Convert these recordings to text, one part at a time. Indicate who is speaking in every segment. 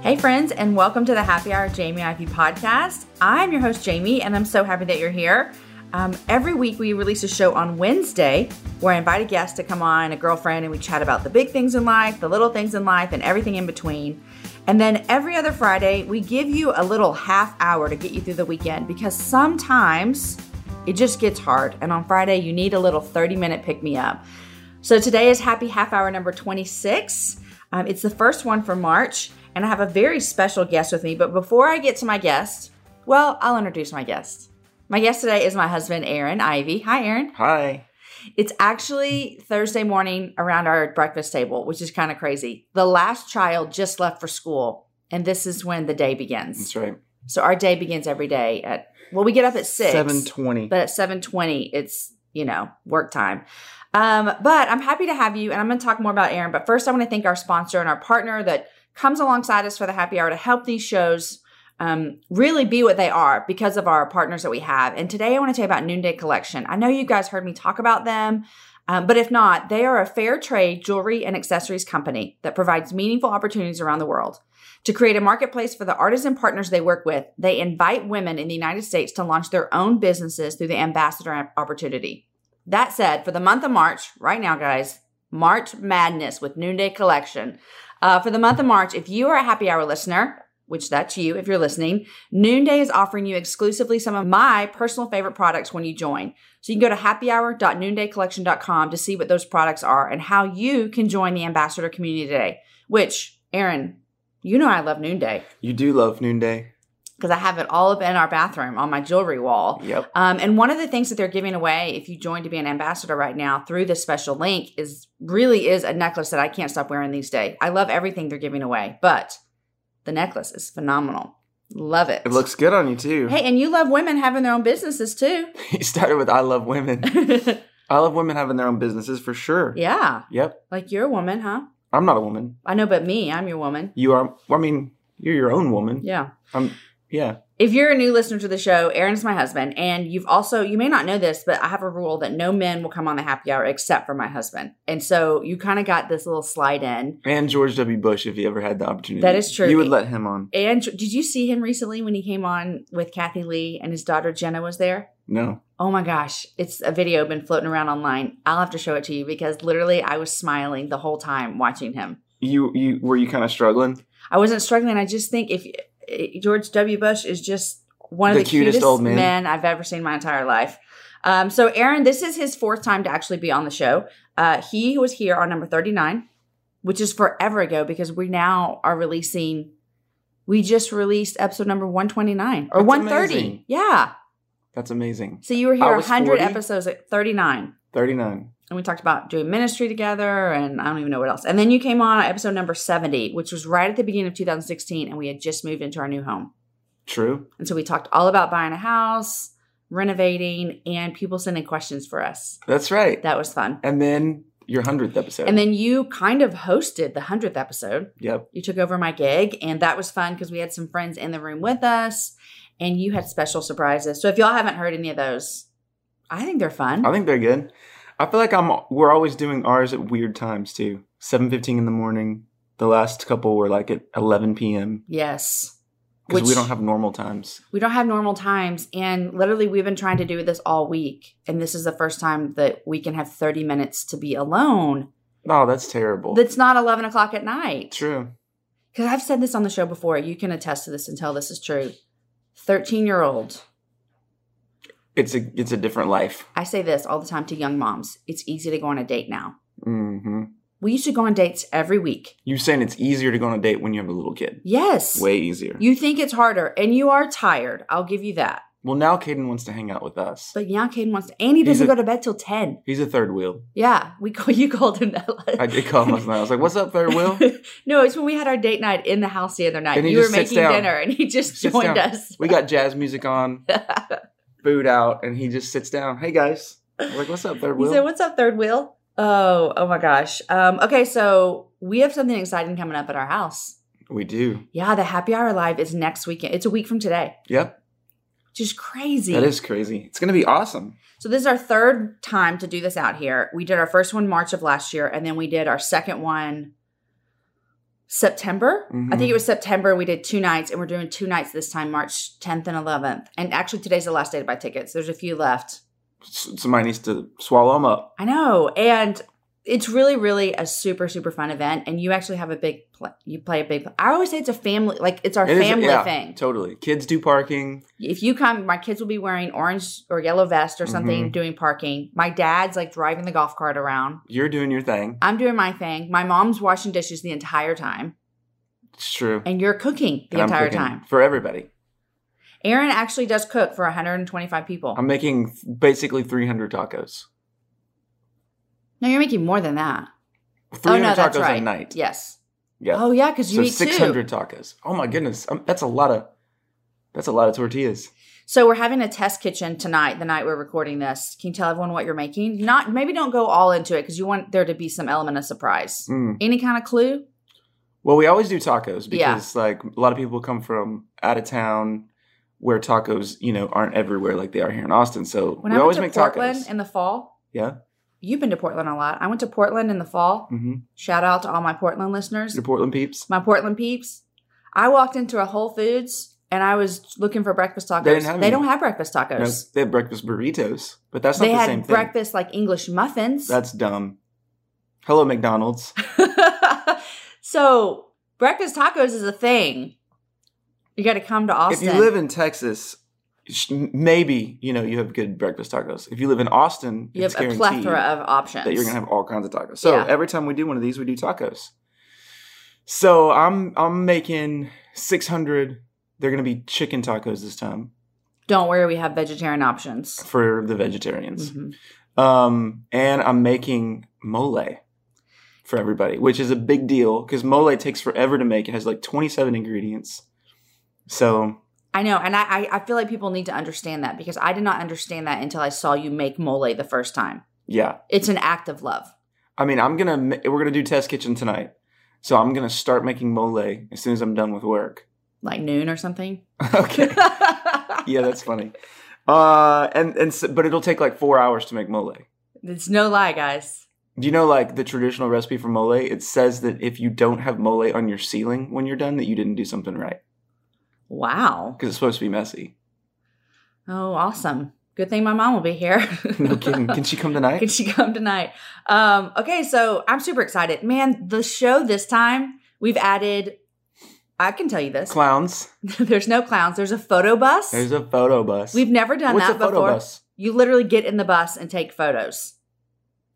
Speaker 1: Hey, friends, and welcome to the Happy Hour Jamie IP podcast. I'm your host, Jamie, and I'm so happy that you're here. Um, every week, we release a show on Wednesday where I invite a guest to come on, a girlfriend, and we chat about the big things in life, the little things in life, and everything in between. And then every other Friday, we give you a little half hour to get you through the weekend because sometimes it just gets hard. And on Friday, you need a little 30 minute pick me up. So today is happy half hour number 26. Um, it's the first one for March, and I have a very special guest with me. But before I get to my guest, well, I'll introduce my guest. My guest today is my husband, Aaron Ivy. Hi, Aaron.
Speaker 2: Hi.
Speaker 1: It's actually Thursday morning around our breakfast table, which is kind of crazy. The last child just left for school, and this is when the day begins.
Speaker 2: That's right.
Speaker 1: So our day begins every day at well, we get up at six.
Speaker 2: Seven twenty.
Speaker 1: But at 7:20, it's, you know, work time. Um, but I'm happy to have you and I'm going to talk more about Aaron, but first I want to thank our sponsor and our partner that comes alongside us for the happy hour to help these shows um, really be what they are because of our partners that we have. And today I want to tell you about Noonday Collection. I know you guys heard me talk about them. Um, but if not, they are a fair trade jewelry and accessories company that provides meaningful opportunities around the world. To create a marketplace for the artists and partners they work with, they invite women in the United States to launch their own businesses through the ambassador opportunity. That said, for the month of March, right now, guys, March Madness with Noonday Collection. Uh, for the month of March, if you are a happy hour listener, which that's you if you're listening, Noonday is offering you exclusively some of my personal favorite products when you join. So you can go to happyhour.noondaycollection.com to see what those products are and how you can join the ambassador community today, which, Aaron, you know I love Noonday
Speaker 2: You do love noonday.
Speaker 1: because I have it all up in our bathroom on my jewelry wall.
Speaker 2: Yep.
Speaker 1: Um, and one of the things that they're giving away, if you join to be an ambassador right now through this special link, is really is a necklace that I can't stop wearing these days. I love everything they're giving away, but the necklace is phenomenal. Love it.
Speaker 2: It looks good on you too.
Speaker 1: Hey, and you love women having their own businesses too.
Speaker 2: You started with I love women. I love women having their own businesses for sure.
Speaker 1: yeah,
Speaker 2: Yep.
Speaker 1: like you're a woman, huh?
Speaker 2: I'm not a woman.
Speaker 1: I know, but me, I'm your woman.
Speaker 2: You are I mean, you're your own woman.
Speaker 1: Yeah.
Speaker 2: I'm yeah.
Speaker 1: If you're a new listener to the show, Aaron's my husband, and you've also you may not know this, but I have a rule that no men will come on the happy hour except for my husband. And so you kind of got this little slide in.
Speaker 2: And George W. Bush if you ever had the opportunity.
Speaker 1: That is true.
Speaker 2: You would let him on.
Speaker 1: And did you see him recently when he came on with Kathy Lee and his daughter Jenna was there?
Speaker 2: No.
Speaker 1: Oh my gosh, it's a video been floating around online. I'll have to show it to you because literally I was smiling the whole time watching him.
Speaker 2: You you were you kind of struggling?
Speaker 1: I wasn't struggling. I just think if eh, George W. Bush is just one
Speaker 2: The
Speaker 1: of the cutest,
Speaker 2: cutest old man.
Speaker 1: men I've ever seen in my entire life. Um, so, Aaron, this is his fourth time to actually be on the show. Uh, he was here on number 39, which is forever ago because we now are releasing, we just released episode number 129 or
Speaker 2: That's
Speaker 1: 130.
Speaker 2: amazing.
Speaker 1: Yeah.
Speaker 2: That's amazing.
Speaker 1: So, you were
Speaker 2: I
Speaker 1: here
Speaker 2: was
Speaker 1: 100
Speaker 2: 40.
Speaker 1: episodes at 39
Speaker 2: Thirty nine.
Speaker 1: and we talked about doing ministry together and I don't even know what else. And then you came on episode number 70, which was right at the beginning of 2016 and we had just moved into our new home.
Speaker 2: True.
Speaker 1: And so we talked all about buying a house, renovating, and people sending questions for us.
Speaker 2: That's right.
Speaker 1: That was fun.
Speaker 2: and then your hundredth episode.
Speaker 1: And then you kind of hosted the 100th episode.
Speaker 2: Yep.
Speaker 1: You took over my gig and that was fun because we had some friends in the room with us and you had special surprises. So if y'all haven't heard any of those, I think they're fun.
Speaker 2: I think they're good. I feel like I'm. We're always doing ours at weird times too. Seven fifteen in the morning. The last couple were like at eleven p.m.
Speaker 1: Yes.
Speaker 2: because we
Speaker 1: Which-
Speaker 2: don't have normal times.
Speaker 1: we don't have normal times and literally we've been trying to do this all week and this is the first time that we can have 30 minutes to be alone
Speaker 2: Oh, that's terrible.
Speaker 1: that's not 11 o'clock at night
Speaker 2: True.
Speaker 1: because i've said this on the show before you can attest to this and tell this is true 13 year old
Speaker 2: It's a it's a different life.
Speaker 1: i say this all the time to young moms it's easy to go on a date now
Speaker 2: hmm
Speaker 1: we used to go on dates every week
Speaker 2: You saying it's easier to go on a date when you have a little kid?
Speaker 1: yes
Speaker 2: Way easier.
Speaker 1: you think it's harder and you are tired i'll give you that
Speaker 2: well, now Caden wants to hang out with us.
Speaker 1: but young kid wants to, and he
Speaker 2: He's
Speaker 1: doesn't
Speaker 2: a-
Speaker 1: go to bed till 10
Speaker 2: He's a third wheel.
Speaker 1: yeah we call you called him that
Speaker 2: I did call him last night. I was like, "What's up, third wheel?"
Speaker 1: no, it's when we had our date night in the house the other night.
Speaker 2: And he
Speaker 1: you were
Speaker 2: just sits
Speaker 1: making
Speaker 2: down.
Speaker 1: dinner and he just
Speaker 2: Sits
Speaker 1: joined
Speaker 2: down.
Speaker 1: us.
Speaker 2: We got jazz music on, food out, and he just sits down. Hey guys, I was like, "What's up, third
Speaker 1: He
Speaker 2: wheel?"
Speaker 1: said, What's up, third wheel? Oh, oh my gosh. Um, okay, so we have something exciting coming up at our house.
Speaker 2: we do.
Speaker 1: Yeah, the happy hour live is next weekend. It's a week from today.
Speaker 2: Yep.
Speaker 1: Which is crazy.
Speaker 2: That is crazy. It's gonna be awesome.
Speaker 1: so this is our third time to do this out here. We did our first one March of last year, and then we did our second one September. I
Speaker 2: Mhm.
Speaker 1: think it was September. We did two nights, and we're doing two nights this time, March 10th and 11th. And actually, today's the last day to buy tickets. There's a few left.
Speaker 2: S- somebody needs to swallow them up.
Speaker 1: I know, and it's really, really a super, super fun event. And you actually have a big, pl- you play a big. I always say it's a family, like it's our
Speaker 2: It is-
Speaker 1: family
Speaker 2: yeah,
Speaker 1: thing.
Speaker 2: Totally. Kids do parking.
Speaker 1: if you come, my kids will be wearing orange or yellow vest or something,
Speaker 2: Mm-hmm.
Speaker 1: doing parking. My dad's like driving the golf cart around.
Speaker 2: You're doing your thing.
Speaker 1: I'm doing my thing. My mom's washing dishes the entire time,
Speaker 2: It's true.
Speaker 1: and you're cooking the
Speaker 2: And I'm
Speaker 1: entire
Speaker 2: cooking
Speaker 1: time.
Speaker 2: for everybody.
Speaker 1: Aaron actually does cook for 125 people.
Speaker 2: I'm making basically 300 tacos.
Speaker 1: no, you're making more than that.
Speaker 2: 300
Speaker 1: oh no,
Speaker 2: tacos
Speaker 1: that's right.
Speaker 2: a night.
Speaker 1: Yes.
Speaker 2: Yeah.
Speaker 1: Oh yeah, because you
Speaker 2: so
Speaker 1: eat two.
Speaker 2: 600 tacos. Oh my goodness, um, that's a lot of that's a lot of tortillas.
Speaker 1: So we're having a test kitchen tonight, the night we're recording this. Can you tell everyone what you're making? Not maybe don't go all into it because you want there to be some element of surprise.
Speaker 2: Mm.
Speaker 1: Any kind of clue?
Speaker 2: Well, we always do tacos
Speaker 1: Yeah.
Speaker 2: because like a lot of people come from out of town where tacos, you know, aren't everywhere like they are here in Austin. So
Speaker 1: When I
Speaker 2: we
Speaker 1: went
Speaker 2: always
Speaker 1: to
Speaker 2: make
Speaker 1: Portland
Speaker 2: tacos.
Speaker 1: in the fall.
Speaker 2: Yeah.
Speaker 1: You've been to Portland a lot. I went to Portland in the fall.
Speaker 2: hmm
Speaker 1: Shout out to all my Portland listeners.
Speaker 2: Your Portland peeps.
Speaker 1: my Portland peeps. I walked into a Whole Foods and I was looking for breakfast tacos.
Speaker 2: They didn't have any.
Speaker 1: don't have breakfast tacos.
Speaker 2: No, they have breakfast burritos, but that's not
Speaker 1: they
Speaker 2: the
Speaker 1: had
Speaker 2: same thing.
Speaker 1: breakfast like English muffins.
Speaker 2: That's dumb. Hello, McDonald's.
Speaker 1: so breakfast tacos is a thing. You got to come to
Speaker 2: if
Speaker 1: Austin.
Speaker 2: you live in Texas, sh- maybe you know you have good breakfast tacos. If you live in Austin,
Speaker 1: you
Speaker 2: it's
Speaker 1: have a
Speaker 2: guaranteed
Speaker 1: plethora of options.
Speaker 2: that you're gonna have all kinds of tacos. So
Speaker 1: Yeah.
Speaker 2: every time we do one of these, we do tacos. So I'm I'm making 600. They're gonna be chicken tacos this time
Speaker 1: Don't worry, we have vegetarian options.
Speaker 2: for the vegetarians.
Speaker 1: Mhm.
Speaker 2: Um, and I'm making mole for everybody, which is a big deal because mole takes forever to make. It has like 27 ingredients. So
Speaker 1: I know, and I, I I feel like people need to understand that because I did not understand that until I saw you make mole the first time.
Speaker 2: yeah,
Speaker 1: It's an act of love.
Speaker 2: I mean, I'm gonna ma- we're gonna do test kitchen tonight, so I'm gonna start making mole as soon as I'm done with work.
Speaker 1: like noon or something.
Speaker 2: okay. Yeah, that's funny. Uh, and and s but it'll take like four hours to make mole.
Speaker 1: it's no lie, guys.
Speaker 2: Do you know like the traditional recipe for mole? It says that if you don't have mole on your ceiling when you're done, that you didn't do something right
Speaker 1: Wow.
Speaker 2: because it's supposed to be messy.
Speaker 1: Oh, awesome. Good thing my mom will be here.
Speaker 2: No kidding. Can she come tonight?
Speaker 1: Can she come tonight? Um, okay, so I'm super excited. Man, the show this time, we've added, I can tell you this.
Speaker 2: Clowns.
Speaker 1: There's no clowns. There's a photo bus.
Speaker 2: There's a photo bus.
Speaker 1: we've never done
Speaker 2: What's
Speaker 1: that
Speaker 2: a photo
Speaker 1: before.
Speaker 2: bus?
Speaker 1: You literally get in the bus and take photos.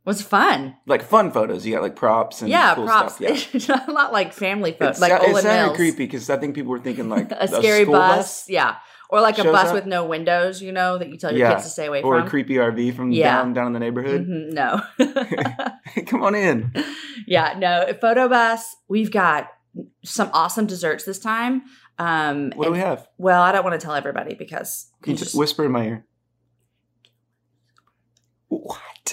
Speaker 1: It was fun.
Speaker 2: Like fun photos. You got like props and
Speaker 1: yeah,
Speaker 2: cool
Speaker 1: props.
Speaker 2: Stuff. Yeah.
Speaker 1: It's not like family photos.
Speaker 2: It
Speaker 1: Like
Speaker 2: sou- it
Speaker 1: Olin
Speaker 2: sounded
Speaker 1: Mills.
Speaker 2: creepy because I think people were thinking like
Speaker 1: a scary
Speaker 2: school
Speaker 1: bus, yeah, or like a
Speaker 2: shows
Speaker 1: bus
Speaker 2: up?
Speaker 1: with no windows, you know, that you tell your
Speaker 2: Yeah.
Speaker 1: kids to stay away
Speaker 2: or
Speaker 1: from.
Speaker 2: a creepy RV from
Speaker 1: Yeah.
Speaker 2: down down in the neighborhood.
Speaker 1: Mhm, no,
Speaker 2: Come on in.
Speaker 1: yeah, no. A Photo bus. We've got some awesome desserts this time. Um,
Speaker 2: What
Speaker 1: and-
Speaker 2: do we have?
Speaker 1: Well, I don't want to tell everybody because
Speaker 2: Can you
Speaker 1: just-
Speaker 2: just whisper in my ear? What?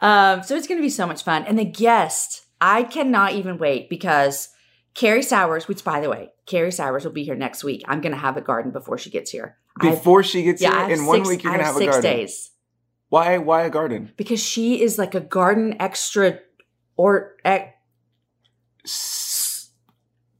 Speaker 1: um, so it's going to be so much fun. And the guest, I cannot even wait because Carrie Sowers, which by the way, Carrie Sowers will be here next week. I'm going to have a garden before she gets here. I-
Speaker 2: Before she gets
Speaker 1: yeah, I have
Speaker 2: here, in one
Speaker 1: six-
Speaker 2: week you're
Speaker 1: I
Speaker 2: gonna
Speaker 1: have
Speaker 2: have a
Speaker 1: six
Speaker 2: garden.
Speaker 1: days.
Speaker 2: Why? Why a garden?
Speaker 1: because she is like a garden extra or ex,
Speaker 2: S-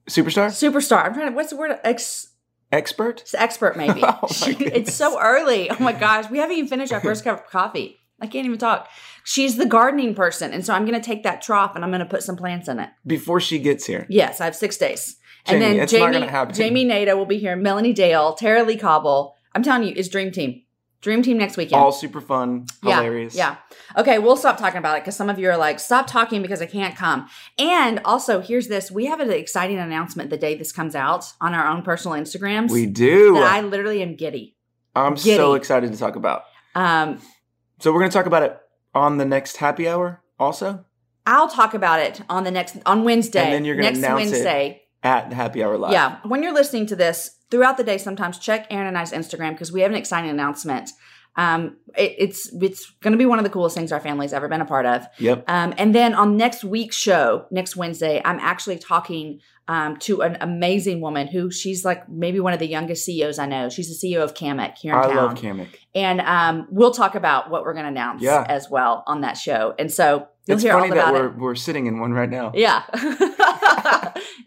Speaker 2: superstar?
Speaker 1: superstar. I'm trying to what's the word ex
Speaker 2: Expert?
Speaker 1: expert maybe.
Speaker 2: Oh my
Speaker 1: She- it's
Speaker 2: goodness.
Speaker 1: so early. Oh my gosh, we haven't even finished our first cup of coffee. I can't even talk. She's the gardening person, and so I'm going to take that trough and I'm going to put some plants in it.
Speaker 2: Before she gets here,
Speaker 1: Yes, I have six days, and
Speaker 2: Jamie,
Speaker 1: then
Speaker 2: it's not
Speaker 1: Jamie,
Speaker 2: gonna happen.
Speaker 1: Jamie Nada will be here. Melanie Dale, Tara Lee Cobble. I'm telling you, it's dream team. Dream team next weekend.
Speaker 2: all super fun,
Speaker 1: Yeah,
Speaker 2: hilarious.
Speaker 1: Yeah. Okay, we'll stop talking about it because some of you are like, stop talking because I can't come. And also, here's this we have an exciting announcement the day this comes out on our own personal Instagrams.
Speaker 2: we do.
Speaker 1: That I literally am giddy.
Speaker 2: I'm so
Speaker 1: giddy.
Speaker 2: excited to talk about.
Speaker 1: Um,
Speaker 2: So we're gonna talk about it on the next happy hour, also
Speaker 1: I'll talk about it on the next, on Wednesday.
Speaker 2: And then you're gonna
Speaker 1: next
Speaker 2: announce it
Speaker 1: Wednesday.
Speaker 2: at the happy hour live.
Speaker 1: Yeah. When you're listening to this throughout the day, sometimes check Aaron and I's Instagram because we have an exciting announcement. Um, it, it's it's going to be one of the coolest things our family's ever been a part of.
Speaker 2: Yep.
Speaker 1: Um, and then on next week's show, next Wednesday, I'm actually talking um, to an amazing woman who she's like maybe one of the youngest CEOs I know. She's the CEO of Kamek here in
Speaker 2: I
Speaker 1: town.
Speaker 2: love Kamek.
Speaker 1: and um, we'll talk about what we're going to announce
Speaker 2: Yeah.
Speaker 1: as well on that show. And so you'll
Speaker 2: It's
Speaker 1: hear all
Speaker 2: funny that
Speaker 1: about
Speaker 2: we're
Speaker 1: it.
Speaker 2: we're sitting in one right now.
Speaker 1: Yeah.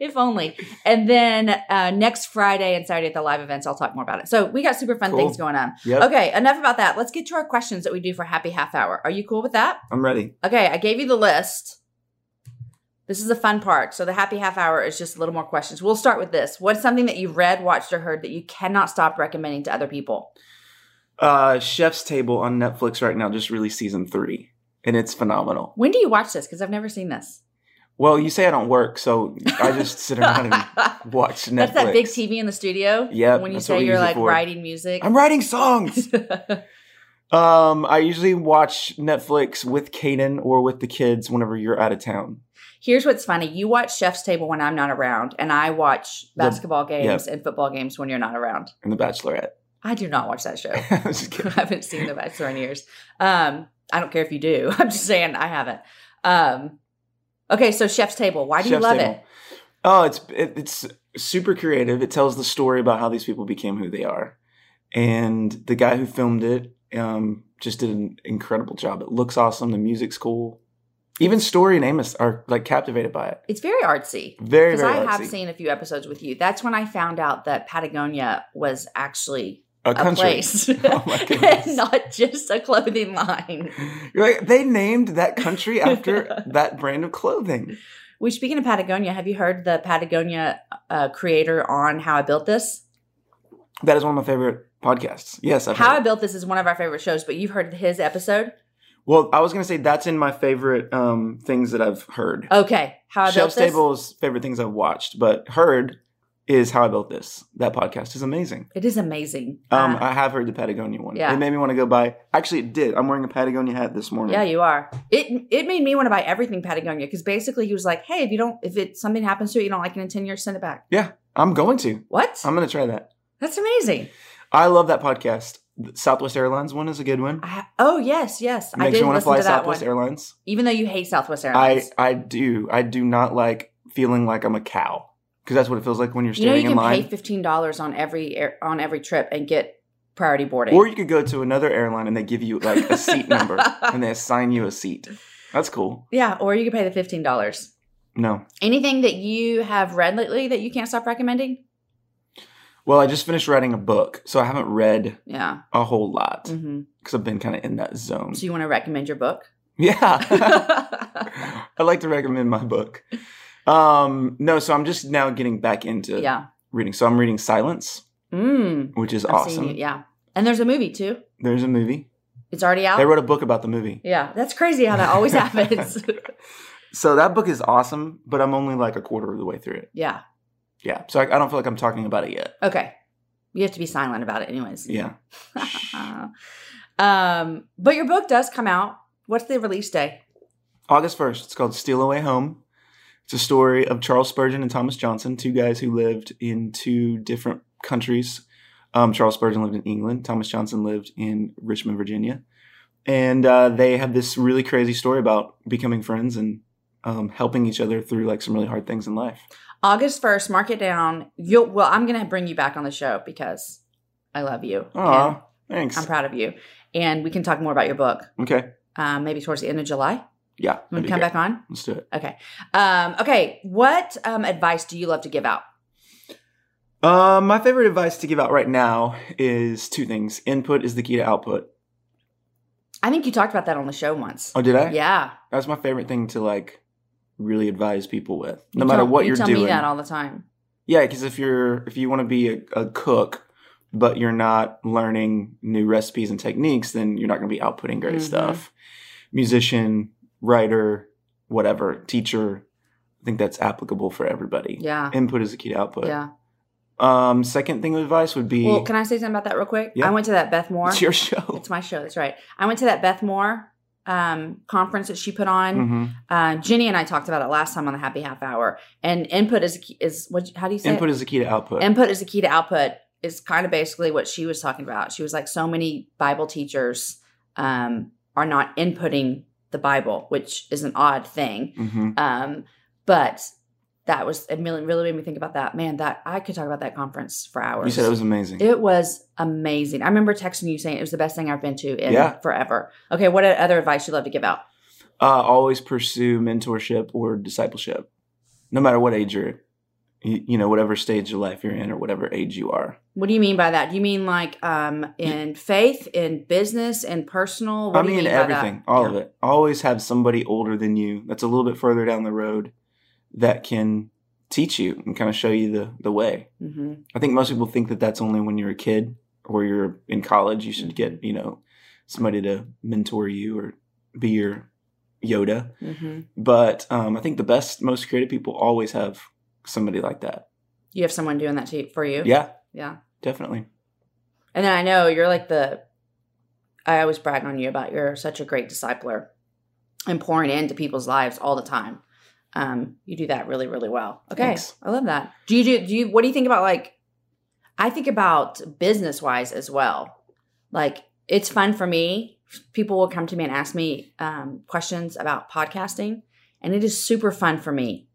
Speaker 1: if only. And then uh, next Friday and Saturday at the live events, I'll talk more about it. So we got super fun
Speaker 2: Cool.
Speaker 1: things going on.
Speaker 2: Yep.
Speaker 1: Okay, enough about that. Let's get to our questions that we do for Happy Half Hour. Are you cool with that?
Speaker 2: I'm ready.
Speaker 1: Okay, I gave you the list. This is the fun part. So the happy half hour is just a little more questions. We'll start with this. What's something that you've read, watched, or heard that you cannot stop recommending to other people?
Speaker 2: Uh, Chef's Table on Netflix right now just released season three, and it's phenomenal.
Speaker 1: When do you watch this? Because I've never seen this.
Speaker 2: Well, you say I don't work, so I just sit around and
Speaker 1: That's
Speaker 2: watch Netflix.
Speaker 1: that big TV in the studio.
Speaker 2: Yep,
Speaker 1: When you
Speaker 2: that's what
Speaker 1: say
Speaker 2: we
Speaker 1: you're
Speaker 2: use it
Speaker 1: like
Speaker 2: for.
Speaker 1: writing music.
Speaker 2: I'm writing songs. Um, I usually watch Netflix with Kaden or with the kids whenever you're out of town.
Speaker 1: Here's what's funny. You watch Chef's Table when I'm not around, and I watch
Speaker 2: The-
Speaker 1: basketball games and football games when you're not around.
Speaker 2: And The Bachelorette.
Speaker 1: I do not watch that show.
Speaker 2: I'm just
Speaker 1: I
Speaker 2: kidding.
Speaker 1: haven't seen The Bachelor in years. Um, I don't care if you do. I'm just saying I haven't. Um, okay, so Chef's Table. Why do you
Speaker 2: Chef's
Speaker 1: love
Speaker 2: Table.
Speaker 1: it?
Speaker 2: Oh, it's it, it's super creative. It tells the story about how these people became who they are, and the guy who filmed it um, just did an incredible job. It looks awesome. The music's cool. Even Story and Amos are like captivated by it.
Speaker 1: It's very artsy.
Speaker 2: Very
Speaker 1: Because
Speaker 2: very.
Speaker 1: I have
Speaker 2: artsy.
Speaker 1: seen a few episodes with you. That's when I found out that Patagonia was actually
Speaker 2: a
Speaker 1: a
Speaker 2: country.
Speaker 1: place,
Speaker 2: Oh my goodness.
Speaker 1: and not just a clothing line.
Speaker 2: You're like they named that country after that brand of clothing.
Speaker 1: We speaking of Patagonia. Have you heard the Patagonia uh, creator on How I Built This?
Speaker 2: That is one of my favorite podcasts. Yes, I've
Speaker 1: How
Speaker 2: heard
Speaker 1: I
Speaker 2: it.
Speaker 1: Built This is one of our favorite shows, but you've heard his episode.
Speaker 2: Well, I was gonna say that's in my favorite um, things that I've heard.
Speaker 1: Okay, How I
Speaker 2: Chef's
Speaker 1: Built This.
Speaker 2: Table's favorite things I've watched, but heard is How I Built This. That podcast is amazing.
Speaker 1: It is amazing.
Speaker 2: Um,
Speaker 1: Uh,
Speaker 2: I have heard the Patagonia one.
Speaker 1: yeah.
Speaker 2: It made me want to go buy. Actually, it did. I'm wearing a Patagonia hat this morning.
Speaker 1: Yeah, you are. It it made me want to buy everything Patagonia because basically he was like, "Hey, if you don't, if it something happens to it, you don't like it in ten years, send it back."
Speaker 2: I'm going to.
Speaker 1: What?
Speaker 2: I'm going to try that.
Speaker 1: That's amazing.
Speaker 2: I love that podcast. The Southwest Airlines one is a good one.
Speaker 1: I ha- oh yes, yes, I
Speaker 2: Makes
Speaker 1: did
Speaker 2: you want to
Speaker 1: listen
Speaker 2: fly
Speaker 1: to that
Speaker 2: Southwest
Speaker 1: one.
Speaker 2: Airlines.
Speaker 1: Even though you hate Southwest
Speaker 2: I
Speaker 1: Airlines,
Speaker 2: I do. I do not like feeling like I'm a cow because that's what it feels like when you're
Speaker 1: you know
Speaker 2: standing
Speaker 1: you can
Speaker 2: in line.
Speaker 1: pay fifteen dollars on every air, on every trip and get priority boarding.
Speaker 2: Or you could go to another airline and they give you like a seat number and they assign you a seat. That's cool.
Speaker 1: yeah, or you can pay the fifteen dollars.
Speaker 2: No.
Speaker 1: Anything that you have read lately that you can't stop recommending?
Speaker 2: Well, I just finished writing a book, so I haven't read
Speaker 1: Yeah.
Speaker 2: a whole lot because
Speaker 1: hmm
Speaker 2: I've been kind of in that zone.
Speaker 1: So you want to recommend your book?
Speaker 2: Yeah. I'd like to recommend my book. Um, no, so I'm just now getting back into
Speaker 1: yeah.
Speaker 2: reading. So I'm reading Silence,
Speaker 1: Mm.
Speaker 2: which is
Speaker 1: I've seen
Speaker 2: awesome.
Speaker 1: it, yeah. And there's a movie too.
Speaker 2: There's a movie.
Speaker 1: It's already out.
Speaker 2: They wrote a book about the movie.
Speaker 1: Oh. yeah, that's crazy how that always happens.
Speaker 2: So that book is awesome, but I'm only like a quarter of the way through it.
Speaker 1: yeah.
Speaker 2: Yeah. So I, I don't feel like I'm talking about it yet.
Speaker 1: Okay. You have to be silent about it, anyways.
Speaker 2: Yeah.
Speaker 1: um, but your book does come out. What's the release day?
Speaker 2: August 1st. It's called Steal Away Home. It's a story of Charles Spurgeon and Thomas Johnson, two guys who lived in two different countries. Um, Charles Spurgeon lived in England, Thomas Johnson lived in Richmond, Virginia. And uh, they have this really crazy story about becoming friends and um, helping each other through like some really hard things in life.
Speaker 1: August first. Mark it down. You'll. Well, I'm gonna bring you back on the show because I love you.
Speaker 2: Aw,
Speaker 1: and
Speaker 2: thanks.
Speaker 1: I'm proud of you, and we can talk more about your book.
Speaker 2: okay.
Speaker 1: Um, maybe towards the end of July.
Speaker 2: Yeah.
Speaker 1: You want
Speaker 2: that'd
Speaker 1: to
Speaker 2: be
Speaker 1: come
Speaker 2: great.
Speaker 1: back on?
Speaker 2: Let's do it.
Speaker 1: Um, okay. What um, advice do you love to give out?
Speaker 2: Um, my favorite advice to give out right now is two things. Input is the key to output.
Speaker 1: I think you talked about that on the show once.
Speaker 2: Oh, did I?
Speaker 1: Yeah.
Speaker 2: That's my favorite thing to like really advise people with, no
Speaker 1: You
Speaker 2: matter
Speaker 1: tell-
Speaker 2: what
Speaker 1: you
Speaker 2: you're
Speaker 1: tell
Speaker 2: doing.
Speaker 1: me that all the time.
Speaker 2: yeah, because if you're if you want to be a, a cook, but you're not learning new recipes and techniques, then you're not going to be outputting great
Speaker 1: Mhm.
Speaker 2: stuff. Musician, writer, whatever, teacher. I think that's applicable for everybody.
Speaker 1: Yeah.
Speaker 2: Input is the key to output.
Speaker 1: Yeah.
Speaker 2: Um, second thing of advice would be
Speaker 1: Well, can I say something about that real quick?
Speaker 2: Yeah.
Speaker 1: I went to that Beth Moore.
Speaker 2: it's your show.
Speaker 1: It's my show. That's right. I went to that Beth Moore um, conference that she put on.
Speaker 2: hmm
Speaker 1: Uh, Jenny and I talked about it last time on the Happy Half Hour. And input is is what? How do you say?
Speaker 2: Input
Speaker 1: it?
Speaker 2: is the key to output.
Speaker 1: input is the key to output. Is kind of basically what she was talking about. She was like, so many Bible teachers um, are not inputting the Bible, which is an odd thing.
Speaker 2: hmm
Speaker 1: Um, but that was it. Really, really made me think about that. Man, that I could talk about that conference for hours.
Speaker 2: You said it was amazing.
Speaker 1: It was amazing. I remember texting you saying it was the best thing I've been to in
Speaker 2: Yeah.
Speaker 1: forever. Okay, what other advice you love to give out?
Speaker 2: uh, always pursue mentorship or discipleship. no matter what age you're, you, you know, whatever stage of life you're in or whatever age you are.
Speaker 1: What do you mean by that? Do you mean like um, in faith, in business, in personal? What
Speaker 2: I
Speaker 1: do you
Speaker 2: mean,
Speaker 1: by that?
Speaker 2: everything, all of it. Always have somebody older than you that's a little bit further down the road that can teach you and kind of show you the, the way.
Speaker 1: Mhm.
Speaker 2: I think most people think that that's only when you're a kid or you're in college. You should get, you know, somebody to mentor you or be your Yoda.
Speaker 1: Mhm.
Speaker 2: But um, I think the best, most creative people always have somebody like that.
Speaker 1: You have someone doing that to you, for you.
Speaker 2: Yeah,
Speaker 1: Yeah.
Speaker 2: definitely.
Speaker 1: And then I know you're like the. I always brag on you about you're such a great discipler, and pouring into people's lives all the time. Um, you do that really, really well. Okay,
Speaker 2: Thanks.
Speaker 1: I love that. Do you do? Do you? What do you think about like? I think about business wise as well. Like it's fun for me. People will come to me and ask me um, questions about podcasting, and it is super fun for me.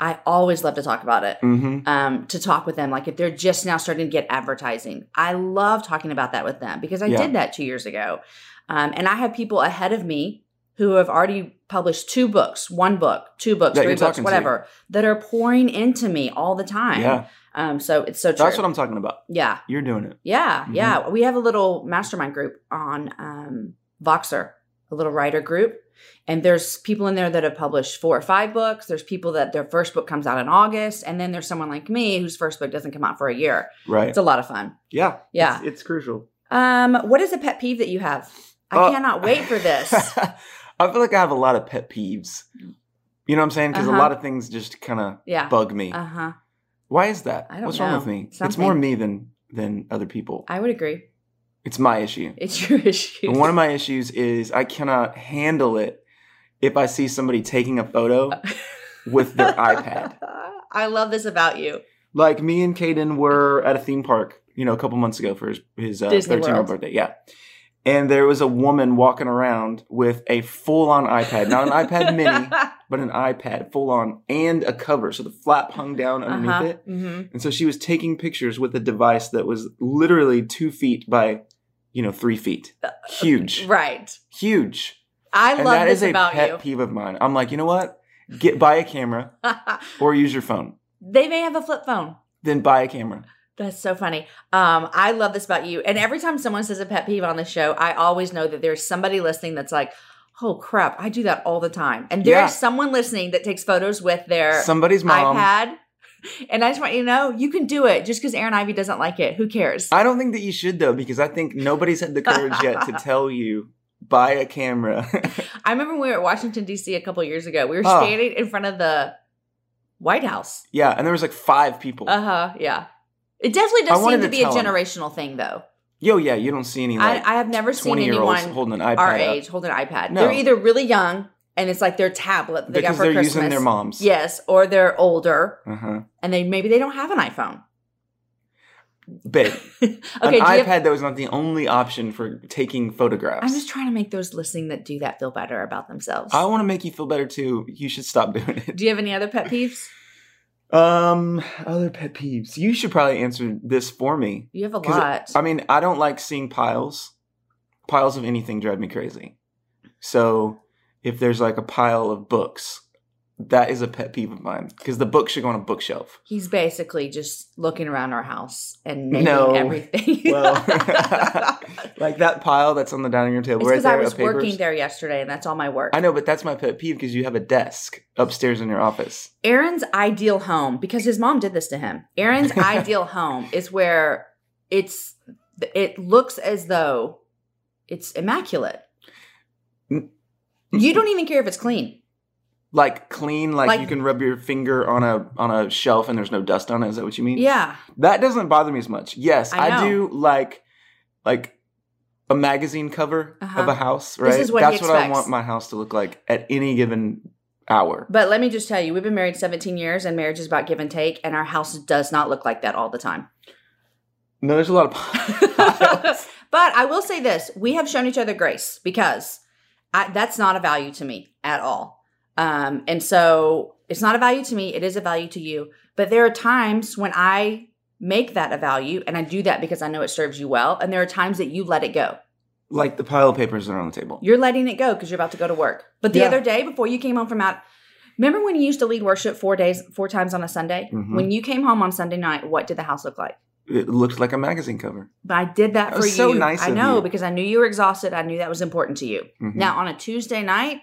Speaker 1: I always love to talk about it
Speaker 2: Mm-hmm.
Speaker 1: um, to talk with them. Like if they're just now starting to get advertising, I love talking about that with them because I
Speaker 2: Yeah.
Speaker 1: did that two years ago. Um, and I have people ahead of me who have already published two books, one book, two books,
Speaker 2: That
Speaker 1: three
Speaker 2: you're
Speaker 1: books,
Speaker 2: talking to.
Speaker 1: whatever, that are pouring into me all the time.
Speaker 2: Yeah,
Speaker 1: Um, so it's so true.
Speaker 2: that's what I'm talking about.
Speaker 1: yeah.
Speaker 2: You're doing it.
Speaker 1: Yeah,
Speaker 2: Mhm.
Speaker 1: yeah. We have a little mastermind group on um, Voxer, a little writer group. And there's people in there that have published four or five books. There's people that their first book comes out in August. And then there's someone like me whose first book doesn't come out for a year.
Speaker 2: Right.
Speaker 1: It's a lot of fun.
Speaker 2: yeah.
Speaker 1: Yeah.
Speaker 2: It's, it's crucial.
Speaker 1: Um, what is a pet peeve that you have? I
Speaker 2: Uh,
Speaker 1: cannot wait for this.
Speaker 2: I feel like I have a lot of pet peeves. You know what I'm saying? Because
Speaker 1: Uh-huh.
Speaker 2: a lot of things just kind of
Speaker 1: Yeah.
Speaker 2: bug me.
Speaker 1: Uh huh.
Speaker 2: Why is that?
Speaker 1: I don't
Speaker 2: What's wrong
Speaker 1: know.
Speaker 2: with me? It's
Speaker 1: Something.
Speaker 2: more me than than other people.
Speaker 1: I would agree.
Speaker 2: It's my issue.
Speaker 1: It's your issue.
Speaker 2: And one of my issues is I cannot handle it if I see somebody taking a photo with their iPad.
Speaker 1: I love this about you.
Speaker 2: Like me and Caden were at a theme park, you know, a couple months ago for his his uh,
Speaker 1: Disney
Speaker 2: 13th
Speaker 1: World.
Speaker 2: birthday. Yeah. And there was a woman walking around with a full-on iPad, not an iPad mini, but an iPad full-on and a cover, so the flap hung down underneath
Speaker 1: Uh-huh.
Speaker 2: it.
Speaker 1: hmm
Speaker 2: And so she was taking pictures with a device that was literally two feet by, you know, three feet. Huge.
Speaker 1: Uh, Right.
Speaker 2: Huge.
Speaker 1: I
Speaker 2: And
Speaker 1: love
Speaker 2: that
Speaker 1: this
Speaker 2: is a
Speaker 1: about
Speaker 2: pet peeve of mine. I'm like, you know what? Get buy a camera
Speaker 1: you.
Speaker 2: or use your phone.
Speaker 1: they may have a flip phone.
Speaker 2: Then buy a camera.
Speaker 1: That's so funny. Um, I love this about you. And every time someone says a pet peeve on the show, I always know that there's somebody listening that's like, "Oh crap, I do that all the time." And there's
Speaker 2: Yeah.
Speaker 1: someone listening that takes photos with their
Speaker 2: Somebody's mom.
Speaker 1: iPad. And I just want you to know, you can do it. Just because Aaron Ivy doesn't like it, who cares?
Speaker 2: I don't think that you should though, because I think nobody's had the courage yet to tell you buy a camera.
Speaker 1: I remember when we were at Washington D.C. a couple years ago. We were
Speaker 2: Oh.
Speaker 1: standing in front of the White House.
Speaker 2: yeah, and there was like five people.
Speaker 1: Uh huh. Yeah. It definitely
Speaker 2: I
Speaker 1: does seem
Speaker 2: wanted
Speaker 1: to
Speaker 2: to
Speaker 1: be a
Speaker 2: tell 'em.
Speaker 1: generational thing, though.
Speaker 2: Yo, yeah, you don't see any like
Speaker 1: I, I have never seen
Speaker 2: twenty year olds
Speaker 1: anyone
Speaker 2: holding an iPad.
Speaker 1: our
Speaker 2: up
Speaker 1: age hold an iPad.
Speaker 2: No.
Speaker 1: They're either really young and it's like their tablet that they got
Speaker 2: because
Speaker 1: for
Speaker 2: they're
Speaker 1: Christmas.
Speaker 2: using their moms.
Speaker 1: Yes, or they're older
Speaker 2: Uh huh.
Speaker 1: and they maybe they don't have an iPhone.
Speaker 2: Babe,
Speaker 1: Okay, do you
Speaker 2: an
Speaker 1: have-
Speaker 2: iPad though is not the only option for taking photographs.
Speaker 1: I'm just trying to make those listening that do that feel better about themselves.
Speaker 2: I want to make you feel better too. You should stop doing it.
Speaker 1: do you have any other pet peeves?
Speaker 2: Um, other pet peeves. You should probably answer this for me.
Speaker 1: You have a
Speaker 2: 'Cause
Speaker 1: lot.
Speaker 2: I mean, I don't like seeing piles. Piles of anything drive me crazy. So if there's like a pile of books, that is a pet peeve of mine because the book should go on a bookshelf.
Speaker 1: He's basically just looking around our house and naming
Speaker 2: No.
Speaker 1: everything.
Speaker 2: Well, like that pile that's on the dining room table
Speaker 1: it's
Speaker 2: right
Speaker 1: because
Speaker 2: there.
Speaker 1: I was
Speaker 2: of papers.
Speaker 1: working there yesterday and that's all my work.
Speaker 2: I know, but that's my pet peeve because you have a desk upstairs in your office.
Speaker 1: Aaron's ideal home, because his mom did this to him. Aaron's ideal home is where it's it looks as though it's immaculate. You don't even care if it's clean.
Speaker 2: like clean like,
Speaker 1: Like-
Speaker 2: you can rub your finger on a on a shelf and there's no dust on it is that what you mean
Speaker 1: Yeah.
Speaker 2: that doesn't bother me as much yes
Speaker 1: I
Speaker 2: i,
Speaker 1: know.
Speaker 2: do like like a magazine cover
Speaker 1: Uh-huh.
Speaker 2: of a house right
Speaker 1: This is what he
Speaker 2: that's what i
Speaker 1: expects.
Speaker 2: want my house to look like at any given hour
Speaker 1: But let me just tell you, we've been married 17 years and marriage is about give and take, and our house does not look like that all the time.
Speaker 2: no there's a lot of
Speaker 1: but I will say this we have shown each other grace because I, that's not a value to me at all. Um, and so it's not a value to me, it is a value to you. But there are times when I make that a value and I do that because I know it serves you well. And there are times that you let it go.
Speaker 2: like the pile of papers that are on the table
Speaker 1: You're letting it go because you're about to go to work. But the
Speaker 2: Yeah.
Speaker 1: other day before you came home from out, Remember when you used to lead worship four days, four times on a Sunday?
Speaker 2: Mhm.
Speaker 1: When you came home on Sunday night, what did the house look like?
Speaker 2: It looked like a magazine cover.
Speaker 1: But I did that,
Speaker 2: That
Speaker 1: for
Speaker 2: was
Speaker 1: you.
Speaker 2: so nice
Speaker 1: I
Speaker 2: of
Speaker 1: know
Speaker 2: you.
Speaker 1: because I knew you were exhausted. I knew that was important to you.
Speaker 2: Mhm.
Speaker 1: Now on a Tuesday night,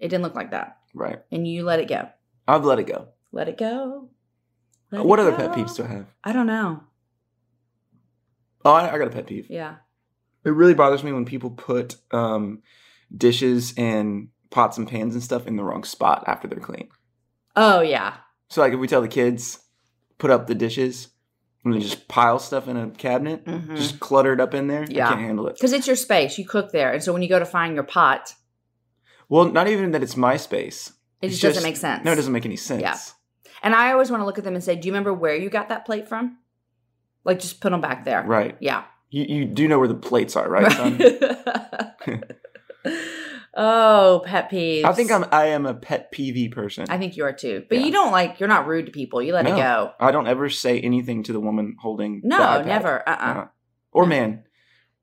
Speaker 1: it didn't look like that,
Speaker 2: Right.
Speaker 1: and you let it go.
Speaker 2: I've let it go.
Speaker 1: Let it go. Let
Speaker 2: what
Speaker 1: it
Speaker 2: other
Speaker 1: go.
Speaker 2: pet peeves do I have?
Speaker 1: I don't know.
Speaker 2: Oh, I, I got a pet peeve.
Speaker 1: Yeah.
Speaker 2: It really bothers me when people put um, dishes and pots and pans and stuff in the wrong spot after they're clean.
Speaker 1: Oh yeah.
Speaker 2: So, like, if we tell the kids put up the dishes and they just pile stuff in a cabinet,
Speaker 1: Because
Speaker 2: just cluttered up in there,
Speaker 1: Mm-hmm. Yeah.
Speaker 2: I can't handle it.
Speaker 1: it's your space. You cook there, and so when you go to find your pot,
Speaker 2: Well, not even that it's my space.
Speaker 1: it
Speaker 2: It's
Speaker 1: just,
Speaker 2: just-
Speaker 1: doesn't make sense.
Speaker 2: No, it doesn't make any sense.
Speaker 1: Yeah. And I always want to look at them and say, "Do you remember where you got that plate from?" Like just put them back there.
Speaker 2: Right.
Speaker 1: Yeah.
Speaker 2: You, you do know where the plates are, right? son?
Speaker 1: oh, pet peeves.
Speaker 2: I think I'm I am a pet PV person.
Speaker 1: I think you are too. But
Speaker 2: Yeah.
Speaker 1: you don't like. You're not rude to people. You let it
Speaker 2: No.
Speaker 1: go.
Speaker 2: I don't ever say anything to the woman holding. the
Speaker 1: No,
Speaker 2: iPad.
Speaker 1: never. Uh. uh
Speaker 2: Uh-uh. Or man,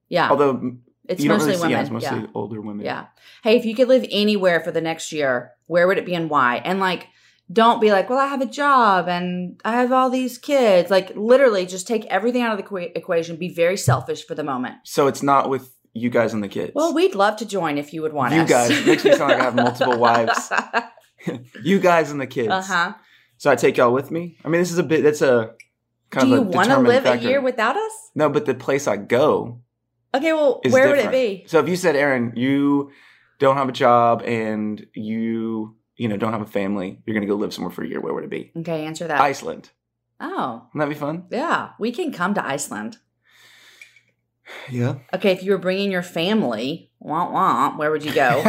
Speaker 1: Yeah.
Speaker 2: although m-
Speaker 1: it's
Speaker 2: you don't
Speaker 1: mostly
Speaker 2: really see, yeah,
Speaker 1: women.
Speaker 2: it's mostly older women.
Speaker 1: Yeah. Hey, if you could live anywhere for the next year, where would it be and why? And like, don't be like, well, I have a job and I have all these kids. Like, literally, just take everything out of the equa- equation. Be very selfish for the moment.
Speaker 2: So it's not with you guys and the kids.
Speaker 1: Well, we'd love to join if you would want
Speaker 2: You
Speaker 1: us.
Speaker 2: guys. It makes me sound like I have multiple wives.
Speaker 1: uh
Speaker 2: you guys and the kids.
Speaker 1: huh.
Speaker 2: So I take y'all with me. I mean, this is a bit. That's a
Speaker 1: Do
Speaker 2: kind
Speaker 1: you
Speaker 2: of a
Speaker 1: want to
Speaker 2: determining
Speaker 1: live
Speaker 2: factor.
Speaker 1: a year without us?
Speaker 2: no, but the place I go.
Speaker 1: Okay, well,
Speaker 2: It's
Speaker 1: where would
Speaker 2: different.
Speaker 1: it be?
Speaker 2: So if you said, Aaron, you don't have a job and you you know don't have a family, you're gonna go live somewhere for a year. Where would it be?
Speaker 1: Okay, answer that.
Speaker 2: Iceland.
Speaker 1: oh,
Speaker 2: Wouldn't that be fun?
Speaker 1: yeah, we can come to Iceland.
Speaker 2: Yeah.
Speaker 1: Okay, if you were bringing your family, womp womp, where would you go?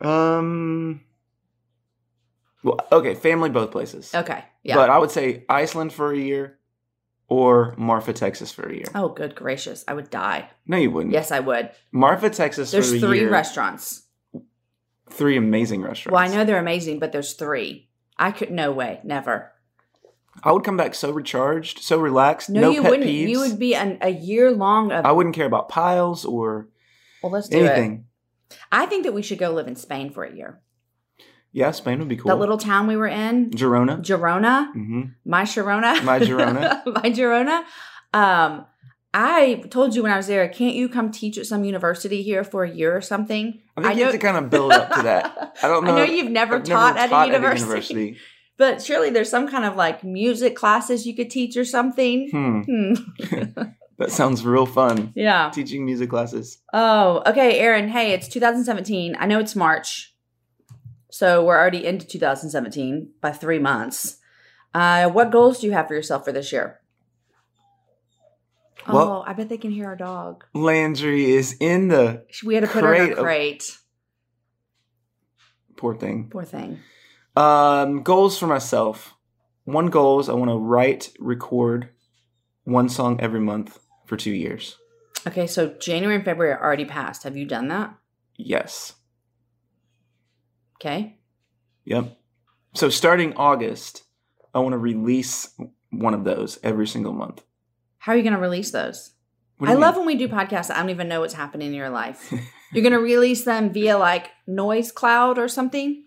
Speaker 2: Um. Well, okay, family both places.
Speaker 1: okay, yeah.
Speaker 2: But I would say Iceland for a year or Marfa, Texas for a year.
Speaker 1: Oh, good gracious. I would die.
Speaker 2: No, you wouldn't.
Speaker 1: Yes, I would.
Speaker 2: Marfa, Texas
Speaker 1: There's
Speaker 2: for the
Speaker 1: three
Speaker 2: year.
Speaker 1: restaurants.
Speaker 2: three amazing restaurants.
Speaker 1: Well, I know they're amazing, but there's three. I could, no way, never.
Speaker 2: I would come back so recharged, so relaxed.
Speaker 1: No,
Speaker 2: No,
Speaker 1: you
Speaker 2: pet
Speaker 1: wouldn't.
Speaker 2: peeves.
Speaker 1: You would be an, a year long of.
Speaker 2: I wouldn't care about piles or
Speaker 1: well, let's do it.
Speaker 2: anything.
Speaker 1: I think that we should go live in Spain for a year.
Speaker 2: Yeah, Spain would be cool.
Speaker 1: That little town we were in,
Speaker 2: Girona.
Speaker 1: Girona,
Speaker 2: hmm
Speaker 1: my Sharona.
Speaker 2: My Girona.
Speaker 1: my Girona. Um, I told you when I was there, can't you come teach at some university here for a year or something?
Speaker 2: I think
Speaker 1: I
Speaker 2: you have
Speaker 1: know-
Speaker 2: to kind of build up to that. I don't
Speaker 1: I
Speaker 2: know.
Speaker 1: know you've never,
Speaker 2: I've
Speaker 1: taught, at, a university.
Speaker 2: university.
Speaker 1: But surely there's some kind of like music classes you could teach or something.
Speaker 2: Hmm,
Speaker 1: Hmm.
Speaker 2: that sounds real fun.
Speaker 1: Yeah.
Speaker 2: Teaching music classes.
Speaker 1: Oh, okay, Aaron. Hey, it's 2017. I know it's March. So we're already into 2017 by three months. Uh, what goals do you have for yourself for this year?
Speaker 2: Well-
Speaker 1: oh, I bet they can hear our dog.
Speaker 2: Landry is in the
Speaker 1: She- We had to put her in
Speaker 2: Crate
Speaker 1: a
Speaker 2: of-
Speaker 1: crate.
Speaker 2: poor thing.
Speaker 1: Poor thing.
Speaker 2: Um, goals for myself. One goal is I want to write, record one song every month for two years.
Speaker 1: Okay, so January and February are already passed. Have you done that?
Speaker 2: Yes.
Speaker 1: Okay.
Speaker 2: Yep. So starting August, I want to release one of those every single month.
Speaker 1: How are you going to release those?
Speaker 2: What do
Speaker 1: I
Speaker 2: you
Speaker 1: love
Speaker 2: mean?
Speaker 1: when we do podcasts. I don't even know what's happening in your life. You're gonna release them via like Noise Cloud or something,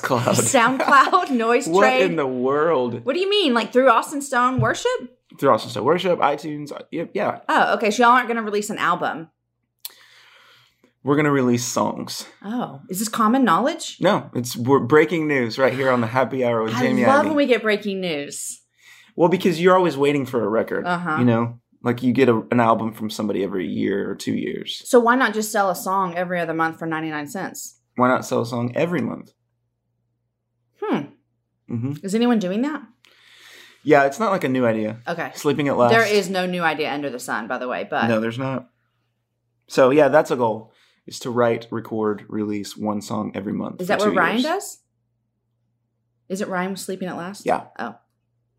Speaker 2: cloud.
Speaker 1: SoundCloud, Noise
Speaker 2: what
Speaker 1: Trade.
Speaker 2: in the world?
Speaker 1: what do you mean, like through Austin Stone Worship?
Speaker 2: Through Austin Stone Worship, iTunes. uh, Yep. Yeah.
Speaker 1: Oh, okay. So y'all aren't gonna release an album.
Speaker 2: We're gonna release songs.
Speaker 1: Oh, is this common knowledge?
Speaker 2: No, it's we're breaking news right here on the Happy Hour with
Speaker 1: I
Speaker 2: Jamie.
Speaker 1: love
Speaker 2: Ivey.
Speaker 1: when we get breaking news.
Speaker 2: Well, because you're always waiting for a record.
Speaker 1: Uh-huh.
Speaker 2: You know, like you get a, an album from somebody every year or two years.
Speaker 1: So why not just sell a song every other month for ninety nine cents?
Speaker 2: Why not sell a song every month?
Speaker 1: Hmm.
Speaker 2: hmm
Speaker 1: Is anyone doing that?
Speaker 2: Yeah, it's not like a new idea.
Speaker 1: Okay.
Speaker 2: Sleeping at last.
Speaker 1: There is no new idea under the sun, by the way. But
Speaker 2: no, there's not. So yeah, that's a goal: is to write, record, release one song every month.
Speaker 1: Is
Speaker 2: for
Speaker 1: that what
Speaker 2: two
Speaker 1: Ryan
Speaker 2: years.
Speaker 1: does? Is it Ryan was sleeping at last?
Speaker 2: Yeah.
Speaker 1: Oh.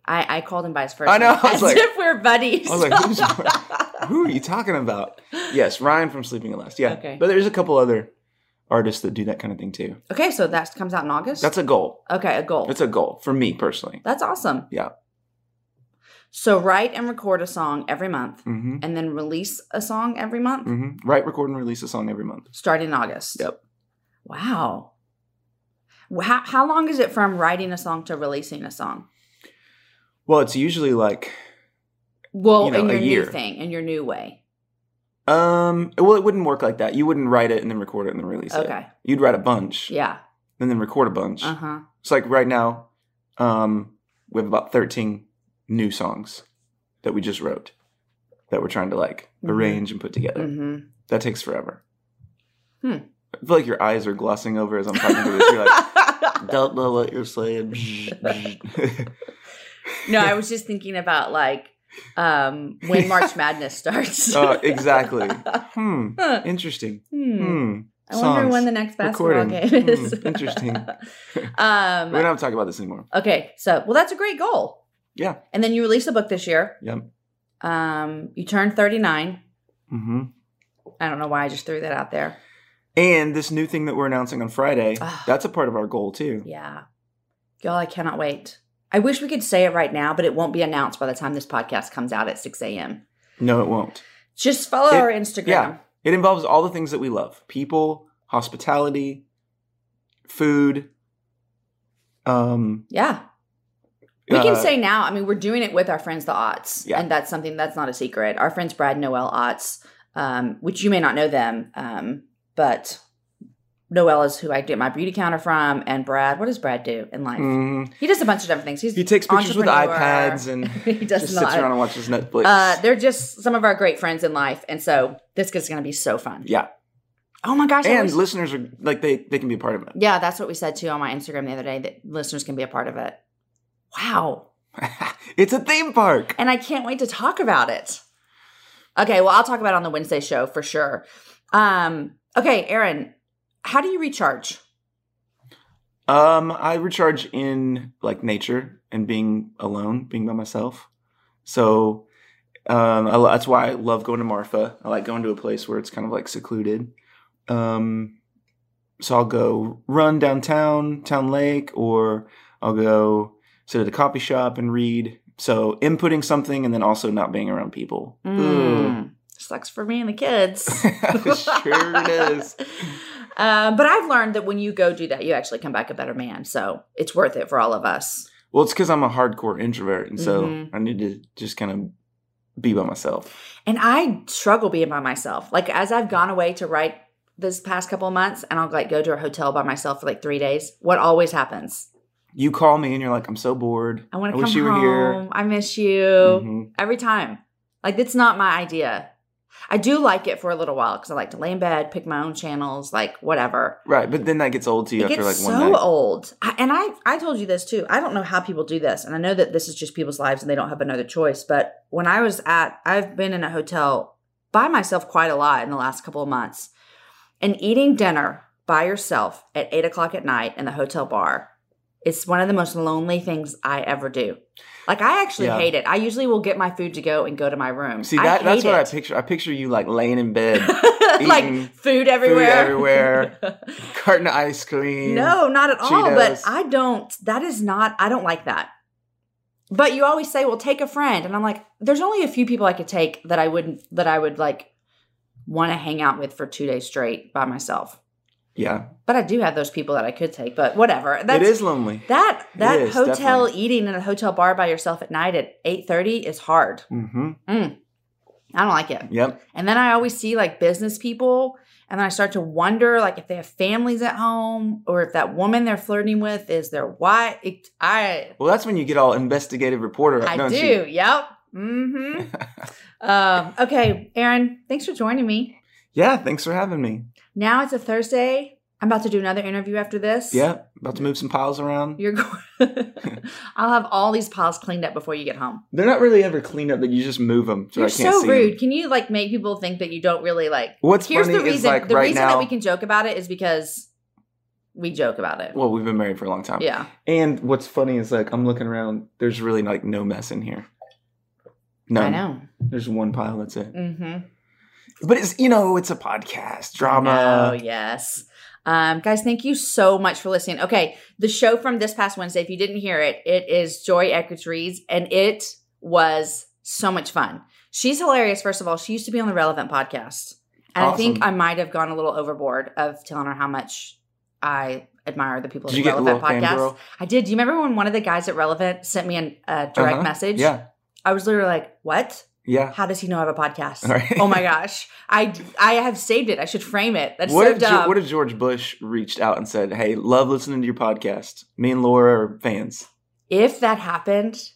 Speaker 1: I, I called him by his first
Speaker 2: I know,
Speaker 1: name.
Speaker 2: I was
Speaker 1: As
Speaker 2: like-
Speaker 1: if we're buddies.
Speaker 2: I was like, who's- Who are you talking about? Yes, Ryan from Sleeping at Last. Yeah,
Speaker 1: Okay.
Speaker 2: but there's a couple other artists that do that kind of thing too.
Speaker 1: okay, so that comes out in August?
Speaker 2: That's a goal.
Speaker 1: okay, a goal.
Speaker 2: That's a goal for me personally.
Speaker 1: That's awesome.
Speaker 2: Yeah.
Speaker 1: So write and record a song every month
Speaker 2: Mm-hmm.
Speaker 1: and then release a song every month
Speaker 2: Mm. Mm-hmm. Write, record, and release a song every month.
Speaker 1: starting in August.
Speaker 2: Yep.
Speaker 1: Wow. How, how long is it from writing a song to releasing a song?
Speaker 2: Well, it's usually like
Speaker 1: Well,
Speaker 2: You know,
Speaker 1: in
Speaker 2: a
Speaker 1: your new
Speaker 2: year.
Speaker 1: thing, in your new way.
Speaker 2: um well it wouldn't work like that. You wouldn't write it and then record it and then release it.
Speaker 1: Okay.
Speaker 2: You'd write a bunch
Speaker 1: Yeah.
Speaker 2: and then record a bunch.
Speaker 1: Uh huh.
Speaker 2: It's like right now um we have about 13 new songs that we just wrote that we're trying to like
Speaker 1: Mhm.
Speaker 2: arrange and put together.
Speaker 1: hmm
Speaker 2: That takes forever.
Speaker 1: Hmm.
Speaker 2: I feel like your eyes are glossing over as I'm talking to this. You're like, don't know what you're saying.
Speaker 1: no, I was just thinking about like um, when March Madness starts.
Speaker 2: uh, exactly. Hmm.
Speaker 1: Hmm.
Speaker 2: Interesting. Hmm.
Speaker 1: I wonder
Speaker 2: Songs.
Speaker 1: when the next basketball
Speaker 2: Recording.
Speaker 1: game is.
Speaker 2: Hmm, interesting.
Speaker 1: um,
Speaker 2: We're not talking about this anymore.
Speaker 1: okay, so well, that's a great goal.
Speaker 2: Yeah.
Speaker 1: And then you released a book this year.
Speaker 2: Yep.
Speaker 1: Um, you turned thirty nine.
Speaker 2: hmm
Speaker 1: I don't know why I just threw that out there.
Speaker 2: And this new thing that we're announcing on Friday,
Speaker 1: Ah.
Speaker 2: that's a part of our goal too.
Speaker 1: Yeah, y'all, I cannot wait. I wish we could say it right now, but it won't be announced by the time this podcast comes out at six a.m.
Speaker 2: No, it won't.
Speaker 1: Just follow
Speaker 2: It-
Speaker 1: our Instagram.
Speaker 2: yeah. It involves all the things that we love people, hospitality, food. Um,
Speaker 1: Yeah. We can
Speaker 2: uh,
Speaker 1: say now, I mean, we're doing it with our friends, the Otts.
Speaker 2: Yeah.
Speaker 1: And that's something that's not a secret. Our friends, Brad and Noel Otts, um, which you may not know them, um, but Noel is who I get my beauty counter from. And Brad, what does Brad do in life?
Speaker 2: mm,
Speaker 1: He does a bunch of different things. He's
Speaker 2: he takes pictures with
Speaker 1: entrepreneur.
Speaker 2: iPads and
Speaker 1: he does
Speaker 2: just
Speaker 1: not.
Speaker 2: sits around and watches Netflix.
Speaker 1: uh, they're just some of our great friends in life. And so this is going to be so fun.
Speaker 2: yeah.
Speaker 1: Oh my gosh. I
Speaker 2: And
Speaker 1: wish-
Speaker 2: listeners are like, they, they can be a part of it.
Speaker 1: yeah, that's what we said too on my Instagram the other day that listeners can be a part of it. Wow.
Speaker 2: it's a theme park.
Speaker 1: and I can't wait to talk about it. Okay, well, I'll talk about it on the Wednesday show for sure. Um, okay, Aaron, how do you recharge?
Speaker 2: Um, I recharge in like nature and being alone, being by myself. So, um, I, lo- that's why I love going to Marfa. I like going to a place where it's kind of like secluded. Um, so I'll go run downtown, town lake, or I'll go sit at a coffee shop and read. So inputting something and then also not being around people. Ugh.
Speaker 1: Mm, Sucks for me and the kids.
Speaker 2: sure it is.
Speaker 1: Um, but I've learned that when you go do that, you actually come back a better man. So it's worth it for all of us.
Speaker 2: Well, it's because I'm a hardcore introvert, and so
Speaker 1: Mhm.
Speaker 2: I need to just kind of be by myself.
Speaker 1: And I struggle being by myself. Like as I've gone away to write this past couple of months, and I'll like go to a hotel by myself for like three days. What always happens?
Speaker 2: You call me and you're like, I'm so bored.
Speaker 1: I want
Speaker 2: I
Speaker 1: to come
Speaker 2: wish you were
Speaker 1: home.
Speaker 2: here.
Speaker 1: I miss you.
Speaker 2: Mhm.
Speaker 1: every time. Like that's not my idea. I do like it for a little while because I like to lay in bed, pick my own channels, like whatever.
Speaker 2: Right, but then that gets old to you
Speaker 1: it
Speaker 2: after
Speaker 1: gets
Speaker 2: like one
Speaker 1: so
Speaker 2: night.
Speaker 1: old, I, and I I told you this too. I don't know how people do this, and I know that this is just people's lives and they don't have another choice. But when I was at, I've been in a hotel by myself quite a lot in the last couple of months, and eating dinner by yourself at eight o'clock at night in the hotel bar. It's one of the most lonely things I ever do. Like I actually
Speaker 2: Yeah.
Speaker 1: hate it. I usually will get my food to go and go to my room.
Speaker 2: See,
Speaker 1: I
Speaker 2: that, that's
Speaker 1: hate
Speaker 2: what I
Speaker 1: it.
Speaker 2: picture. I picture you like laying in bed, Eating
Speaker 1: like food everywhere.
Speaker 2: everywhere. carton of ice cream.
Speaker 1: no, not at all. But
Speaker 2: Cheetos.
Speaker 1: I don't. That is not. I don't like that. But you always say, "Well, take a friend," and I'm like, "There's only a few people I could take that I wouldn't. That I would like want to hang out with for two days straight by myself."
Speaker 2: Yeah,
Speaker 1: But I do have those people that I could take. But whatever. That's,
Speaker 2: it is lonely.
Speaker 1: that that
Speaker 2: is,
Speaker 1: hotel
Speaker 2: definitely.
Speaker 1: eating in a hotel bar by yourself at night at eight thirty is hard.
Speaker 2: Mm-hmm.
Speaker 1: I don't like it.
Speaker 2: Yep.
Speaker 1: And then I always see like business people, and then I start to wonder like if they have families at home or if that woman they're flirting with is their wife. It, I
Speaker 2: Well, that's when you get all investigative reporter.
Speaker 1: I
Speaker 2: don't
Speaker 1: do.
Speaker 2: You?
Speaker 1: Yep. Mm-hmm. um, okay, Aaron, thanks for joining me.
Speaker 2: Yeah. Thanks for having me.
Speaker 1: Now it's a Thursday. I'm about to do another interview after this.
Speaker 2: Yeah. About to move some piles around.
Speaker 1: You're going. I'll have all these piles cleaned up before you get home.
Speaker 2: They're not really ever cleaned up. That you just move them. So
Speaker 1: You're
Speaker 2: I can't
Speaker 1: so
Speaker 2: see 'em.
Speaker 1: rude. Can you like make people think that you don't really like?
Speaker 2: What's
Speaker 1: Here's
Speaker 2: funny
Speaker 1: the reason.
Speaker 2: is like
Speaker 1: the
Speaker 2: right
Speaker 1: reason
Speaker 2: now.
Speaker 1: that we can joke about it is because we joke about it.
Speaker 2: well, we've been married for a long time.
Speaker 1: yeah.
Speaker 2: And what's funny is like I'm looking around. There's really like no mess in here. No,
Speaker 1: I know.
Speaker 2: there's one pile. That's it.
Speaker 1: Mm-hmm.
Speaker 2: But it's you know it's a podcast drama.
Speaker 1: Oh yes. Um, guys, thank you so much for listening. Okay, the show from this past Wednesday, if you didn't hear it, it is Joy Eckert Reads, and it was so much fun. She's hilarious, first of all. She used to be on the Relevant podcast. And I think I
Speaker 2: Awesome.
Speaker 1: might have gone a little overboard of telling her how much I admire the people that
Speaker 2: Did you get a
Speaker 1: Relevant
Speaker 2: little
Speaker 1: podcast.
Speaker 2: fangirl? Uh-huh.
Speaker 1: I did. Do you remember when one of the guys at Relevant sent me an- a direct
Speaker 2: Uh-huh.
Speaker 1: message?
Speaker 2: Yeah.
Speaker 1: I was literally like, "What?
Speaker 2: Yeah.
Speaker 1: How does he know I have a podcast?"
Speaker 2: Right.
Speaker 1: Oh my gosh! I I have saved it. I should frame it. That's
Speaker 2: What
Speaker 1: so
Speaker 2: if, Ge-
Speaker 1: dumb.
Speaker 2: what if George Bush reached out and said, Hey, love listening to your podcast. Me and Laura are fans.
Speaker 1: if that happened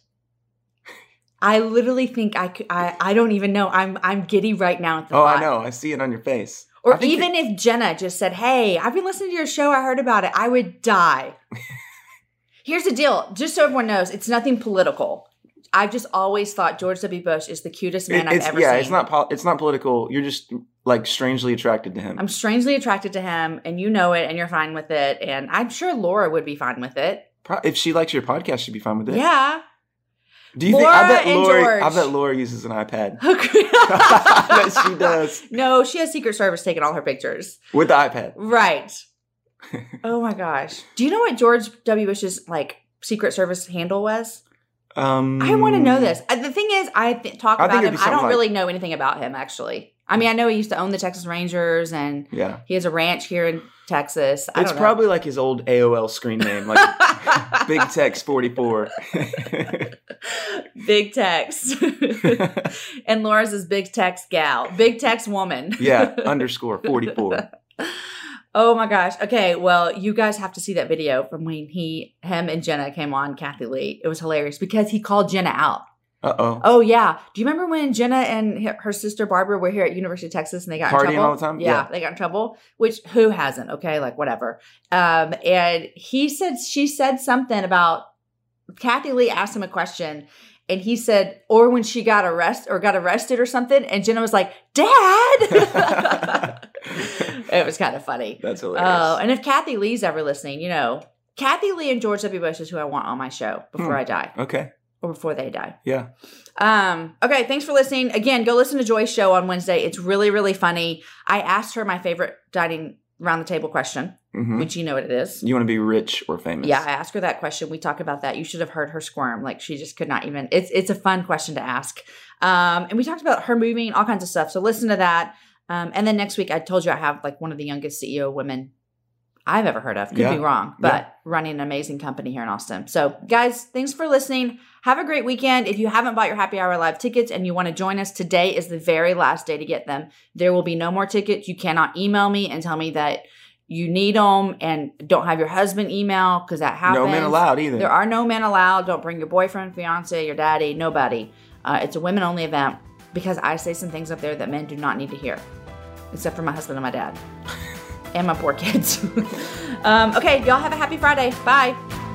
Speaker 1: i literally think i could i, I don't even know i'm i'm giddy right now at the
Speaker 2: Oh,
Speaker 1: thought
Speaker 2: I know. I see it on your face. I
Speaker 1: or
Speaker 2: think
Speaker 1: even if jenna just said hey i've been listening to your show i heard about it i would die here's the deal just so everyone knows it's nothing political i've just always thought george w bush is the cutest man
Speaker 2: It-
Speaker 1: i've
Speaker 2: it's,
Speaker 1: ever
Speaker 2: yeah,
Speaker 1: seen
Speaker 2: it's not pol- it's not political. You're just like strangely attracted to him.
Speaker 1: i'm strangely attracted to him and you know it and you're fine with it and i'm sure laura would be fine with it
Speaker 2: Pro- if she likes your podcast, she'd be fine with it.
Speaker 1: yeah
Speaker 2: Do you think? I
Speaker 1: Laura
Speaker 2: bet
Speaker 1: and
Speaker 2: Laura. I
Speaker 1: George.
Speaker 2: bet Laura uses an iPad. I bet
Speaker 1: that
Speaker 2: she does
Speaker 1: no she has secret service taking all her pictures
Speaker 2: with the iPad.
Speaker 1: Right. oh my gosh. Do you know what George W. Bush's like Secret Service handle was?
Speaker 2: Um,
Speaker 1: I want to know this. Uh, The thing is, I th- talk
Speaker 2: I think
Speaker 1: about
Speaker 2: it'd
Speaker 1: him.
Speaker 2: be
Speaker 1: I
Speaker 2: something
Speaker 1: don't
Speaker 2: like-
Speaker 1: really know anything about him actually. I mean, I know he used to own the Texas Rangers and
Speaker 2: Yeah,
Speaker 1: he has a ranch here in Texas. I
Speaker 2: it's
Speaker 1: don't know.
Speaker 2: probably like his old AOL screen name, like Big Text Forty Four.
Speaker 1: big text. and Laura's is big text gal, big text woman.
Speaker 2: yeah, underscore forty four.
Speaker 1: oh my gosh. Okay, well, you guys have to see that video from when he, him, and Jenna came on Kathy Lee. It was hilarious because he called Jenna out.
Speaker 2: Uh oh,
Speaker 1: Oh yeah. Do you remember when Jenna and her- her sister Barbara were here at University of Texas and they got in
Speaker 2: Partying
Speaker 1: trouble
Speaker 2: all the time?
Speaker 1: Yeah,
Speaker 2: Yeah.
Speaker 1: they got in trouble. Which who hasn't? Okay, like whatever. Um, and he said she said something about Kathy Lee asked him a question. And he said, or when she got arrested or got arrested or something, and Jenna was like, "Dad," it was kind of funny.
Speaker 2: that's
Speaker 1: Oh,
Speaker 2: hilarious.
Speaker 1: and if Kathy Lee's ever listening, you know, Kathy Lee and George W. Bush is who I want on my show before
Speaker 2: Hmm.
Speaker 1: I die
Speaker 2: okay,
Speaker 1: or before they die.
Speaker 2: yeah,
Speaker 1: Um, okay, thanks for listening. Again, go listen to Joy's show on Wednesday. It's really, really funny. I asked her my favorite dining round the table question,
Speaker 2: hmm
Speaker 1: which you know what it is.
Speaker 2: you want to be rich or famous?
Speaker 1: Yeah, I asked her that question. We talk about that. You should have heard her squirm. Like she just could not even. It's it's a fun question to ask. Um, and we talked about her moving, all kinds of stuff. So listen to that. Um, and then next week, I told you I have like one of the youngest CEO women I've ever heard of. Could
Speaker 2: Yeah.
Speaker 1: be wrong,
Speaker 2: Yeah.
Speaker 1: but running an amazing company here in Austin. So guys, thanks for listening. Have a great weekend. If you haven't bought your happy hour live tickets and you want to join us, today is the very last day to get them. There will be no more tickets. You cannot email me and tell me that you need them and don't have your husband email because that happens.
Speaker 2: no men allowed either.
Speaker 1: There are no men allowed. Don't bring your boyfriend, fiance, your daddy, nobody. Uh, it's a women only event because I say some things up there that men do not need to hear, except for my husband and my dad and my poor kids. um, okay, y'all have a happy Friday. Bye.